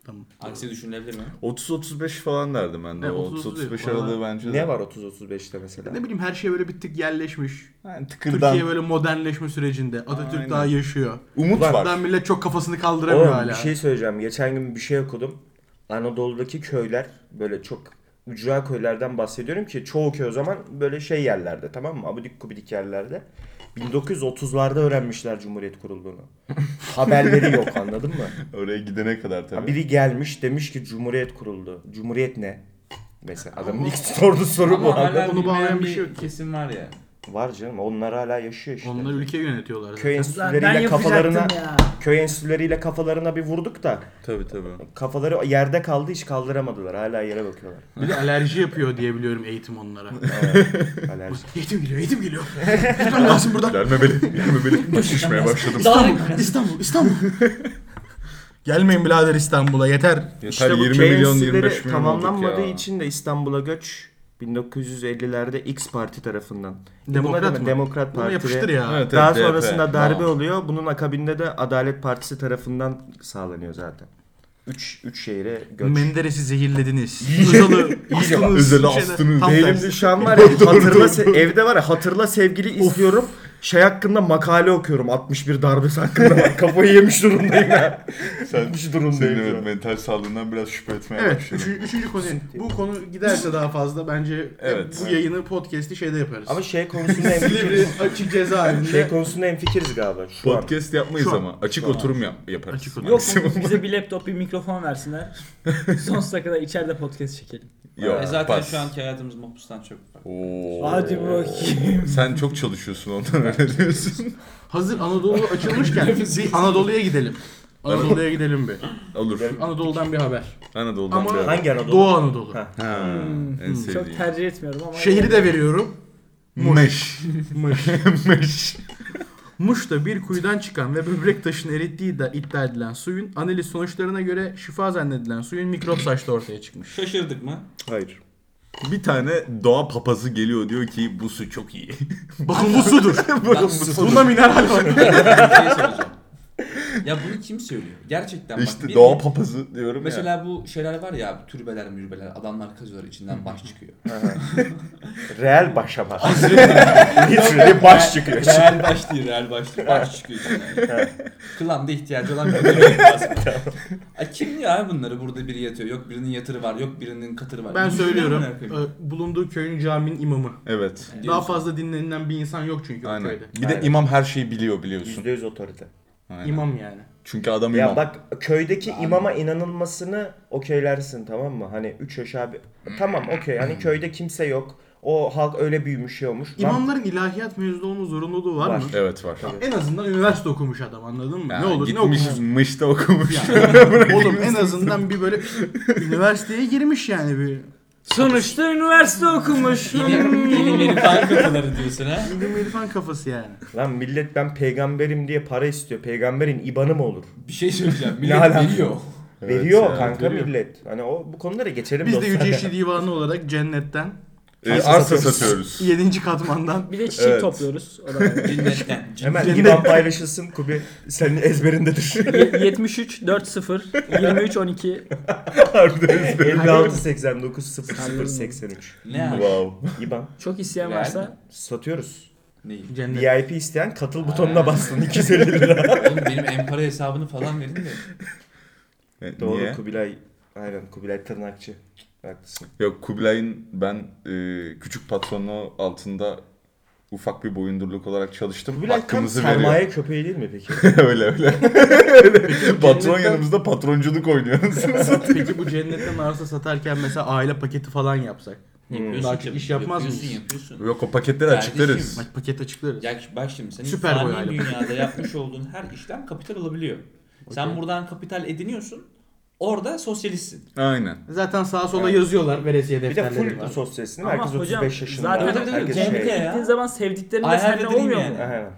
[SPEAKER 1] Tamam.
[SPEAKER 3] Aksi düşünülebilir mi?
[SPEAKER 2] 30-35 falan derdim ben de.
[SPEAKER 1] E,
[SPEAKER 2] O
[SPEAKER 1] 30-35
[SPEAKER 2] 30-35
[SPEAKER 1] falan.
[SPEAKER 2] aralığı bence de.
[SPEAKER 4] Ne var 30-35'te mesela?
[SPEAKER 1] Ne bileyim her şey böyle bir tık yerleşmiş.
[SPEAKER 2] Yani tıkırdan.
[SPEAKER 1] Türkiye böyle modernleşme sürecinde. Atatürk
[SPEAKER 2] Aynen.
[SPEAKER 1] daha yaşıyor.
[SPEAKER 2] Umut
[SPEAKER 4] Ulan
[SPEAKER 2] Um var.
[SPEAKER 1] Buradan millet çok kafasını kaldıramıyor
[SPEAKER 4] Oğlum
[SPEAKER 1] hala.
[SPEAKER 4] bir şey söyleyeceğim. Geçen gün bir şey okudum. Anadolu'daki köyler böyle çok ücra köylerden bahsediyorum ki çoğu köy o zaman böyle şey yerlerde tamam mı? Abidik gubidik yerlerde. 1930'larda öğrenmişler Cumhuriyet kurulduğunu. Haberleri yok anladın mı?
[SPEAKER 2] Oraya gidene kadar
[SPEAKER 4] Ha,
[SPEAKER 2] tabii.
[SPEAKER 4] Biri gelmiş demiş ki Cumhuriyet kuruldu. Cumhuriyet ne? Mesela adamın ilk sorduğu soru bu.
[SPEAKER 3] Ama hala
[SPEAKER 1] Onu bağlayan
[SPEAKER 3] bilmeyen
[SPEAKER 1] bir
[SPEAKER 3] bir
[SPEAKER 1] şey yok.
[SPEAKER 3] kesim var ya.
[SPEAKER 4] Var canım onlar hala yaşıyor işte.
[SPEAKER 1] Onlar ülke yönetiyorlar. zaten.
[SPEAKER 4] Köy
[SPEAKER 5] Ulan ben
[SPEAKER 4] enstitüleriyle
[SPEAKER 5] yapacaktım
[SPEAKER 4] kafalarına
[SPEAKER 5] ya.
[SPEAKER 4] köy enstitüleriyle kafalarına bir vurduk da
[SPEAKER 2] Tabii tabii.
[SPEAKER 4] kafaları yerde kaldı hiç kaldıramadılar. Hala yere bakıyorlar.
[SPEAKER 1] Bir de alerji yapıyor diye biliyorum eğitim onlara.
[SPEAKER 4] Alerji.
[SPEAKER 1] eğitim geliyor, eğitim geliyor. Gitmem lazım buradan.
[SPEAKER 2] Gelme beni. Gelme beni. Şişmeye başladım.
[SPEAKER 1] İstanbul, İstanbul, İstanbul. Gelmeyin birader İstanbul'a yeter.
[SPEAKER 2] Yeter
[SPEAKER 4] İşte bu
[SPEAKER 2] 20 milyon
[SPEAKER 4] KNC'leri
[SPEAKER 2] 25 milyon olduk ya.
[SPEAKER 4] tamamlanmadığı için de İstanbul'a göç 1950'lerde X Parti tarafından. E
[SPEAKER 1] Demokrat
[SPEAKER 4] buna da-
[SPEAKER 1] mı?
[SPEAKER 4] Demokrat
[SPEAKER 1] Bunu
[SPEAKER 4] Parti.
[SPEAKER 1] yapıştır
[SPEAKER 4] ve-
[SPEAKER 1] ya.
[SPEAKER 2] Evet,
[SPEAKER 4] Daha
[SPEAKER 2] evet, DP.
[SPEAKER 4] sonrasında darbe
[SPEAKER 2] Tamam.
[SPEAKER 4] oluyor. Bunun akabinde de Adalet Partisi tarafından sağlanıyor zaten. 3 3 şehire göç.
[SPEAKER 1] Menderes'i zehirlediniz. Özel'i astınız.
[SPEAKER 2] Özel'i
[SPEAKER 1] Şeyde-
[SPEAKER 2] astınız.
[SPEAKER 1] Tam
[SPEAKER 2] Benim
[SPEAKER 1] tersi.
[SPEAKER 4] Elimde şu an var ya hatırla se- evde var ya hatırla sevgili izliyorum. Şey hakkında makale okuyorum 61 darbesi hakkında. Bak, Kafayı yemiş durumdayım ya.
[SPEAKER 2] Sen
[SPEAKER 4] Hiç durumdayım
[SPEAKER 2] senin
[SPEAKER 4] şu
[SPEAKER 2] evet,
[SPEAKER 4] an.
[SPEAKER 2] mental sağlığından biraz şüphe etmeye
[SPEAKER 1] Evet,
[SPEAKER 2] başladım.
[SPEAKER 1] üçüncü, üçüncü konu. Bu konu giderse daha fazla bence
[SPEAKER 2] Evet.
[SPEAKER 1] bu yayını podcast'i şeyde yaparız.
[SPEAKER 4] Ama şey konusunda en
[SPEAKER 1] Silivri açık cezaevinde
[SPEAKER 4] şey konusunda en fikiriz galiba şu an.
[SPEAKER 2] Podcast yapmayız
[SPEAKER 1] Şu an.
[SPEAKER 2] ama. Açık oturum yap- yaparız.
[SPEAKER 1] Açık oturum.
[SPEAKER 5] Yok mu bize bir laptop bir mikrofon versinler. Sonsuza kadar içeride podcast çekelim.
[SPEAKER 2] Yok.
[SPEAKER 3] E zaten
[SPEAKER 2] pas.
[SPEAKER 3] şu anki hayatımız mahpustan çok farklı.
[SPEAKER 2] Oo.
[SPEAKER 5] Hadi bakayım.
[SPEAKER 2] Sen çok çalışıyorsun ondan öyle diyorsun.
[SPEAKER 1] hazır Anadolu açılmışken bir Anadolu'ya gidelim. Anadolu'ya gidelim bir.
[SPEAKER 2] Olur.
[SPEAKER 1] Anadolu'dan bir haber.
[SPEAKER 2] Anadolu'dan
[SPEAKER 1] Ama-
[SPEAKER 2] bir haber.
[SPEAKER 4] Hangi Hmm, Anadolu?
[SPEAKER 1] Doğu Anadolu.
[SPEAKER 4] Ha.
[SPEAKER 2] Ha, en sevdiğim.
[SPEAKER 5] Çok tercih etmiyorum ama.
[SPEAKER 1] Şehri de veriyorum.
[SPEAKER 2] Meş.
[SPEAKER 1] Muş.
[SPEAKER 2] Meş.
[SPEAKER 1] Muş'ta bir kuyudan çıkan ve böbrek taşını erittiği de iddia edilen suyun analiz sonuçlarına göre şifa zannedilen suyun mikrop saçta ortaya çıkmış.
[SPEAKER 3] Şaşırdık mı?
[SPEAKER 4] Hayır.
[SPEAKER 2] Bir tane doğa papazı geliyor diyor ki bu su çok iyi.
[SPEAKER 1] Bakın bu sudur.
[SPEAKER 3] Ben sıfır-
[SPEAKER 1] Bunda mineral var.
[SPEAKER 3] bir şey soracağım. Ya bunu kim söylüyor? Gerçekten bak.
[SPEAKER 2] işte
[SPEAKER 3] benim-
[SPEAKER 2] doğa papazı diyorum ya.
[SPEAKER 3] Mesela bu şeyler var ya türbeler mürbeler adamlar kazıyorlar içinden baş çıkıyor.
[SPEAKER 4] Real şey başa bak. Literally baş çıkıyor.
[SPEAKER 3] Real baş değil real baş değil baş çıkıyor içinden. Klan da ihtiyacı olan bir bölüm aslında. Ay kim diyor abi bunları burada biri yatıyor yok birinin yatırı var yok birinin katırı var.
[SPEAKER 1] Ben
[SPEAKER 3] Bunun
[SPEAKER 1] söylüyorum.
[SPEAKER 3] ne alakası var?
[SPEAKER 1] e, bulunduğu köyün caminin imamı.
[SPEAKER 2] Evet.
[SPEAKER 1] Daha fazla dinlenilen bir insan yok çünkü o
[SPEAKER 2] Aynen.
[SPEAKER 1] köyde.
[SPEAKER 2] Bir de
[SPEAKER 4] Aynen.
[SPEAKER 2] imam her şeyi biliyor biliyorsun.
[SPEAKER 4] %100 otorite.
[SPEAKER 2] Aynen.
[SPEAKER 1] İmam yani.
[SPEAKER 2] Çünkü adam imam.
[SPEAKER 4] Ya bak köydeki imama inanılmasını okeylersin tamam mı? Hani 3 aşağı bir... Tamam okey hani köyde kimse yok. O halk öyle büyümüş şey olmuş. Lan-
[SPEAKER 1] İmamların ilahiyat mezunu olma zorunluluğu var,
[SPEAKER 4] Var.
[SPEAKER 1] mı?
[SPEAKER 2] Evet var.
[SPEAKER 1] En azından üniversite okumuş adam anladın mı?
[SPEAKER 2] Ya,
[SPEAKER 1] ne olur ne
[SPEAKER 2] gitmiş,
[SPEAKER 1] okumuş.
[SPEAKER 2] Mış'ta okumuş.
[SPEAKER 1] Yani. Oğlum en azından bir böyle üniversiteye girmiş yani bir.
[SPEAKER 5] Sonuçta üniversite okumuş.
[SPEAKER 3] İlim, ilim irfan kapıları diyorsun ha.
[SPEAKER 1] İlim irfan kafası yani.
[SPEAKER 4] Lan millet ben peygamberim diye para istiyor. Peygamberin ibanı mı olur?
[SPEAKER 6] Bir şey söyleyeceğim.
[SPEAKER 4] Ne
[SPEAKER 6] Millet
[SPEAKER 4] alaka?
[SPEAKER 6] geliyor.
[SPEAKER 2] Evet,
[SPEAKER 4] veriyor
[SPEAKER 2] evet,
[SPEAKER 4] kanka
[SPEAKER 2] veriyor.
[SPEAKER 4] millet. Hani o bu konulara geçelim
[SPEAKER 1] Biz de
[SPEAKER 4] dostlar.
[SPEAKER 1] Yüce İşçi Divanı olarak cennetten
[SPEAKER 2] Ee, arsa satıyoruz.
[SPEAKER 1] 7. katmandan
[SPEAKER 5] Bir de çiçek
[SPEAKER 2] Evet.
[SPEAKER 5] topluyoruz. O da yani.
[SPEAKER 3] Cennetten.
[SPEAKER 4] Hemen İvan paylaşılsın Kubi. Senin ezberindedir.
[SPEAKER 5] Ye- 73 4 0 23 12
[SPEAKER 2] Harbiden
[SPEAKER 4] 56 89 00 83.
[SPEAKER 3] Ne abi?
[SPEAKER 2] Wow.
[SPEAKER 4] İban
[SPEAKER 5] çok isteyen
[SPEAKER 3] Real
[SPEAKER 5] varsa
[SPEAKER 4] satıyoruz.
[SPEAKER 3] Neyi?
[SPEAKER 1] cennet.
[SPEAKER 4] VIP isteyen katıl butonuna bastın 250 lira.
[SPEAKER 3] Oğlum benim empara hesabını falan verin de.
[SPEAKER 1] Hmm.
[SPEAKER 2] E,
[SPEAKER 4] Doğru
[SPEAKER 2] Niye?
[SPEAKER 4] Kubilay. Aynen Kubilay tırnakçı. Haklısın.
[SPEAKER 2] Yok Kubilay'ın ben e, küçük patronluğu altında ufak bir boyundurluk olarak çalıştım.
[SPEAKER 4] Kubilay tam
[SPEAKER 2] Hakkımızı
[SPEAKER 4] sermaye
[SPEAKER 2] veriyor.
[SPEAKER 4] köpeği değil mi peki?
[SPEAKER 2] öyle öyle. öyle. Patron yanımızda patronculuk oynuyoruz.
[SPEAKER 1] Peki bu cennetten arsa satarken mesela aile paketi falan yapsak.
[SPEAKER 3] Yapıyorsun
[SPEAKER 1] Daha çok iş yapmaz
[SPEAKER 3] yapıyorsun,
[SPEAKER 1] mıyız?
[SPEAKER 3] yapıyorsun.
[SPEAKER 2] Yok o paketleri
[SPEAKER 3] Kardeşim,
[SPEAKER 2] açıklarız.
[SPEAKER 1] Bak paket açıklarız.
[SPEAKER 3] Ya bak şimdi senin
[SPEAKER 1] Süper boy
[SPEAKER 3] fani
[SPEAKER 1] aile.
[SPEAKER 3] dünyada yapmış olduğun her işlem kapital alabiliyor. Sen buradan kapital ediniyorsun. Orada sosyalistsin.
[SPEAKER 2] Aynen.
[SPEAKER 1] Zaten sağa sola yazıyorlar veresiye
[SPEAKER 4] Bir de
[SPEAKER 1] defterleri
[SPEAKER 4] full
[SPEAKER 1] var.
[SPEAKER 4] sosyalist değil mi?
[SPEAKER 5] ama
[SPEAKER 4] Herkes
[SPEAKER 5] hocam
[SPEAKER 4] 35 yaşında.
[SPEAKER 5] zaten
[SPEAKER 3] Tabii, tabii,
[SPEAKER 4] herkes
[SPEAKER 3] tabii.
[SPEAKER 4] şey.
[SPEAKER 3] Komple ya.
[SPEAKER 5] gittiğin zaman sevdiklerin
[SPEAKER 3] I
[SPEAKER 5] de
[SPEAKER 3] have
[SPEAKER 5] senden
[SPEAKER 3] a dream
[SPEAKER 5] olmuyor
[SPEAKER 3] yani.
[SPEAKER 5] mu?
[SPEAKER 4] Aynen.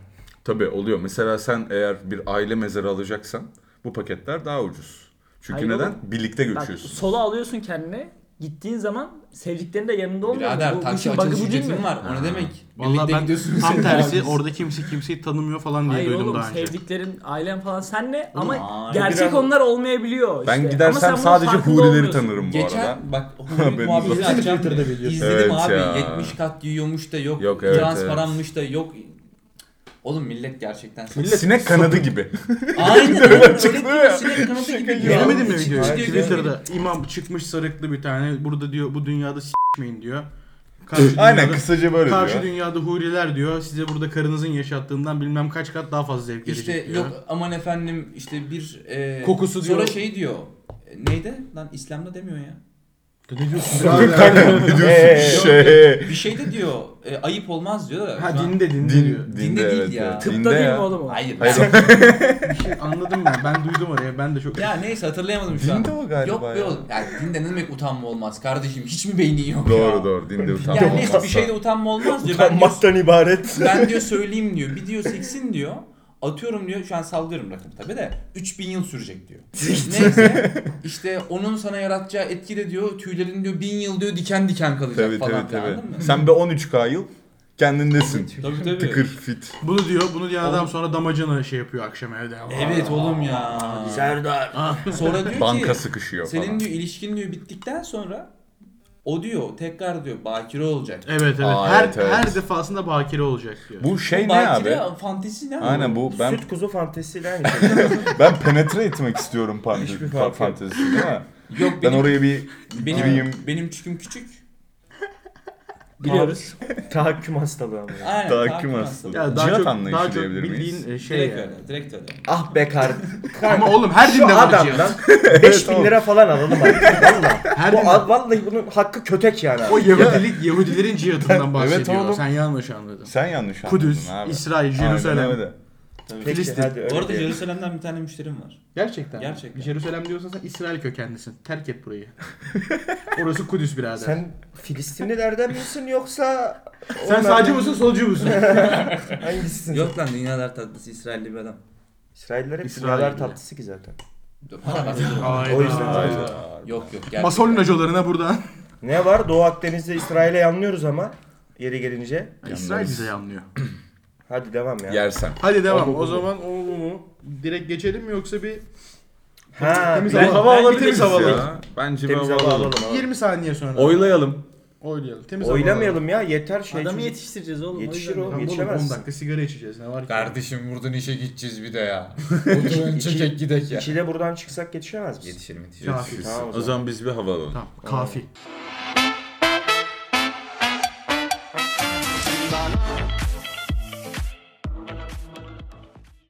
[SPEAKER 2] Tabii oluyor. Mesela sen eğer bir aile mezarı alacaksan bu paketler daha ucuz. Çünkü
[SPEAKER 5] Hayır
[SPEAKER 2] neden?
[SPEAKER 5] oğlum.
[SPEAKER 2] Birlikte
[SPEAKER 5] Bak
[SPEAKER 2] göçüyorsun.
[SPEAKER 5] sola alıyorsun kendine. Gittiğin zaman sevdiklerin de yanında olmuyor. mu?
[SPEAKER 3] Birader
[SPEAKER 5] bu
[SPEAKER 3] taksi
[SPEAKER 5] işin bug'ı
[SPEAKER 3] açılış
[SPEAKER 5] bu değil
[SPEAKER 3] ücretin
[SPEAKER 5] mi?
[SPEAKER 3] var. O ne demek?
[SPEAKER 1] Vallahi
[SPEAKER 3] Birlikte
[SPEAKER 1] ben
[SPEAKER 3] gidiyorsunuz.
[SPEAKER 1] tam tersi
[SPEAKER 3] Berabersiniz.
[SPEAKER 1] orada kimse kimseyi tanımıyor falan diye
[SPEAKER 5] Hayır
[SPEAKER 1] duydum
[SPEAKER 5] oğlum
[SPEAKER 1] daha önce.
[SPEAKER 5] sevdiklerin ailen falan senle ama
[SPEAKER 3] abi,
[SPEAKER 5] gerçek
[SPEAKER 4] biraz-
[SPEAKER 5] onlar olmayabiliyor
[SPEAKER 2] Ben
[SPEAKER 5] işte. Ama sen
[SPEAKER 2] gidersem
[SPEAKER 5] bunun
[SPEAKER 2] sadece
[SPEAKER 5] farkında
[SPEAKER 2] hurileri
[SPEAKER 5] olmuyorsun.
[SPEAKER 2] tanırım bu arada.
[SPEAKER 3] Geçen bak
[SPEAKER 2] Haberiniz
[SPEAKER 3] Hulusi muhabbeti
[SPEAKER 2] olsun.
[SPEAKER 3] açacağım.
[SPEAKER 1] Twitter'da biliyorsun.
[SPEAKER 3] İzledim
[SPEAKER 2] Evet
[SPEAKER 3] abi.
[SPEAKER 2] ya.
[SPEAKER 3] 70 kat yiyormuş da yok.
[SPEAKER 2] Yok,
[SPEAKER 3] Yok,
[SPEAKER 2] evet,
[SPEAKER 3] transparanmış da yok. Oğlum millet gerçekten sapık.
[SPEAKER 2] Sinek kanadı gibi.
[SPEAKER 3] Aynen öyle öyle diyor. Sinek kanadı gibi diyor.
[SPEAKER 1] Görmedin mi videoyu?
[SPEAKER 3] Çıkıyor,
[SPEAKER 1] Twitter'da imam çıkmış sarıklı bir tane. Burada diyor bu dünyada s**meyin diyor.
[SPEAKER 2] Aynen
[SPEAKER 1] dünyada-
[SPEAKER 2] kısaca böyle
[SPEAKER 1] Karşı
[SPEAKER 2] diyor.
[SPEAKER 1] dünyada huriler diyor. Size burada karınızın yaşattığından bilmem kaç kat daha fazla zevk
[SPEAKER 3] İşte
[SPEAKER 1] verecek diyor.
[SPEAKER 3] yok aman efendim işte bir e,
[SPEAKER 1] Kokusu diyor.
[SPEAKER 3] Sonra şey diyor. E, Neydi? Lan İslam'da demiyor ya.
[SPEAKER 1] Ne diyorsun?
[SPEAKER 2] Kanka ne diyorsun?
[SPEAKER 4] Ee,
[SPEAKER 2] şey.
[SPEAKER 3] Bir şey de diyor. e, ayıp olmaz diyor da.
[SPEAKER 1] Ha
[SPEAKER 3] şu an-
[SPEAKER 1] dinde dinde diyor.
[SPEAKER 2] Din,
[SPEAKER 3] Dinde değil ya.
[SPEAKER 2] evet.
[SPEAKER 5] Tıpta
[SPEAKER 2] Dinde
[SPEAKER 5] değil
[SPEAKER 2] ya.
[SPEAKER 5] mi oğlum o?
[SPEAKER 3] Hayır.
[SPEAKER 2] Hayır,
[SPEAKER 1] Anladım ben. Ben duydum oraya. Ben de çok
[SPEAKER 3] Ya neyse hatırlayamadım şu an.
[SPEAKER 2] Dinde o galiba
[SPEAKER 3] Yok be
[SPEAKER 2] ya.
[SPEAKER 3] oğlum. Ya dinde ne demek utanma olmaz kardeşim. Hiç mi beynin yok şey ya?
[SPEAKER 2] Doğru doğru. Dinde utanma
[SPEAKER 3] Yani neyse
[SPEAKER 2] olmazsa.
[SPEAKER 3] bir şeyde utanma olmaz diyor. Ben diyor,
[SPEAKER 4] Utanmaktan ibaret.
[SPEAKER 3] ben diyor söyleyeyim diyor. Bir diyor seksin diyor. Atıyorum diyor şu an sallıyorum rakamı tabi de 3000 yıl sürecek diyor. Neyse işte onun sana yaratacağı etki de diyor tüylerin diyor 1000 yıl diyor diken diken kalacak
[SPEAKER 2] Tabii
[SPEAKER 3] falan
[SPEAKER 2] tabii
[SPEAKER 3] tabii, anladın mı?
[SPEAKER 2] tabii. Sen bir 13K yıl kendindesin.
[SPEAKER 3] Tabii tabii.
[SPEAKER 2] Tıkır fit.
[SPEAKER 1] Bunu diyor. Bunu diyen adam sonra damacana şey yapıyor akşam evde.
[SPEAKER 3] Evet oğlum ya.
[SPEAKER 4] Serdar.
[SPEAKER 3] Sonra diyor
[SPEAKER 2] Banka
[SPEAKER 3] ki
[SPEAKER 2] sıkışıyor falan.
[SPEAKER 3] senin diyor ilişkin diyor bittikten sonra o diyor tekrar diyor bakire olacak.
[SPEAKER 1] Evet evet.
[SPEAKER 2] Aa,
[SPEAKER 1] her
[SPEAKER 2] evet, evet.
[SPEAKER 1] her defasında bakire olacak diyor.
[SPEAKER 2] Bu şey
[SPEAKER 3] Bu
[SPEAKER 2] ne abi?
[SPEAKER 3] bakire fantezi ne? abi?
[SPEAKER 2] Aynen bu ben
[SPEAKER 4] Süt kuzu fantezisiyle aynı şey.
[SPEAKER 2] ben penetre etmek istiyorum fantezi,
[SPEAKER 4] Hiçbir fark yok.
[SPEAKER 2] fantezisi değil mi?
[SPEAKER 3] Yok
[SPEAKER 2] Ben
[SPEAKER 3] benim,
[SPEAKER 2] oraya bir gireyim.
[SPEAKER 3] benim, benim çüküm küçük.
[SPEAKER 5] Biliyoruz.
[SPEAKER 4] Tahakküm hastalığı ama.
[SPEAKER 3] Aynen.
[SPEAKER 2] Tahakküm
[SPEAKER 3] tahakküm
[SPEAKER 2] hastalığı.
[SPEAKER 3] hastalığı.
[SPEAKER 1] Ya daha
[SPEAKER 2] Cihat
[SPEAKER 1] çok
[SPEAKER 2] anlayışı
[SPEAKER 1] daha çok
[SPEAKER 2] diyebilir miyiz?
[SPEAKER 1] bildiğin e, şey
[SPEAKER 3] Direkt
[SPEAKER 1] yani.
[SPEAKER 3] öyle, direkt öyle.
[SPEAKER 4] Ah be kar.
[SPEAKER 1] Ama oğlum her
[SPEAKER 4] Şu
[SPEAKER 1] dinde var
[SPEAKER 4] adamdan
[SPEAKER 1] Cihat.
[SPEAKER 4] 5000 lira falan alalım artık. Valla.
[SPEAKER 1] Her
[SPEAKER 4] Bu
[SPEAKER 1] dinde.
[SPEAKER 4] ad- vallahi bunun hakkı kötek yani.
[SPEAKER 1] O
[SPEAKER 4] Abi.
[SPEAKER 1] Yahudilik, Yahudilerin cihatından bahsediyor.
[SPEAKER 2] oğlum.
[SPEAKER 1] Sen yanlış anladın.
[SPEAKER 2] Sen yanlış anladın
[SPEAKER 1] Kudüs,
[SPEAKER 2] abi.
[SPEAKER 1] İsrail,
[SPEAKER 2] Aynen
[SPEAKER 1] Jerusalem.
[SPEAKER 2] öyle.
[SPEAKER 4] Peki,
[SPEAKER 1] Filistin.
[SPEAKER 4] hadi öyle
[SPEAKER 3] Bu arada
[SPEAKER 4] diyelim.
[SPEAKER 3] Jerusalem'den bir tane müşterim var.
[SPEAKER 1] Gerçekten.
[SPEAKER 3] Gerçekten.
[SPEAKER 1] Jerusalem diyorsan sen İsrail kökenlisin. Terk et burayı. Orası Kudüs birader. Sen,
[SPEAKER 4] Sen Filistinlilerden misin yoksa
[SPEAKER 1] sen sağcı mısın, solcu musun?
[SPEAKER 4] hangisisin?
[SPEAKER 3] Yok lan dünyalar tatlısı İsrailli bir adam.
[SPEAKER 4] İsrailler hep
[SPEAKER 1] İsrailler.
[SPEAKER 4] dünyalar tatlısı ki zaten.
[SPEAKER 3] Dur, bana bak. yok
[SPEAKER 1] Hayda.
[SPEAKER 4] O yüzden
[SPEAKER 3] yok. gerçekten.
[SPEAKER 1] Mason hocalarına buradan.
[SPEAKER 4] Ne var? Doğu Akdeniz'de İsrail'e yanlıyoruz ama yeri gelince.
[SPEAKER 1] İsrail bize yanlıyor.
[SPEAKER 4] Hadi devam ya.
[SPEAKER 2] Yersen.
[SPEAKER 1] Hadi devam. O zaman o mu? Direkt geçelim mi yoksa bir
[SPEAKER 4] Ha,
[SPEAKER 1] temiz
[SPEAKER 4] bir-
[SPEAKER 1] hava, hava
[SPEAKER 4] Bence
[SPEAKER 1] alalım. Temiz
[SPEAKER 4] temiz
[SPEAKER 1] hava alalım.
[SPEAKER 2] Ya, Bence
[SPEAKER 4] Temiz
[SPEAKER 2] bir
[SPEAKER 4] hava alalım.
[SPEAKER 1] 20 saniye sonra.
[SPEAKER 2] Oylayalım.
[SPEAKER 1] Oylayalım. Temiz hava alalım.
[SPEAKER 4] Oylamayalım ya yeter şey.
[SPEAKER 5] Adamı
[SPEAKER 4] çocuk-
[SPEAKER 5] yetiştireceğiz oğlum. o
[SPEAKER 4] Yetişir
[SPEAKER 5] yüzden.
[SPEAKER 4] oğlum.
[SPEAKER 1] Tamam oğlum 10
[SPEAKER 4] Geçemezsin.
[SPEAKER 1] dakika sigara içeceğiz ne var ki?
[SPEAKER 6] Kardeşim buradan işe gideceğiz bir de ya. Oturun
[SPEAKER 4] İçi-
[SPEAKER 6] çekek gidek ya.
[SPEAKER 4] İçi de buradan çıksak yetişemez misin?
[SPEAKER 6] Yetişelim yetişelim.
[SPEAKER 1] Kafi.
[SPEAKER 4] Tamam o
[SPEAKER 2] O
[SPEAKER 4] zaman.
[SPEAKER 2] zaman biz bir hava alalım.
[SPEAKER 1] Tamam. Kafi.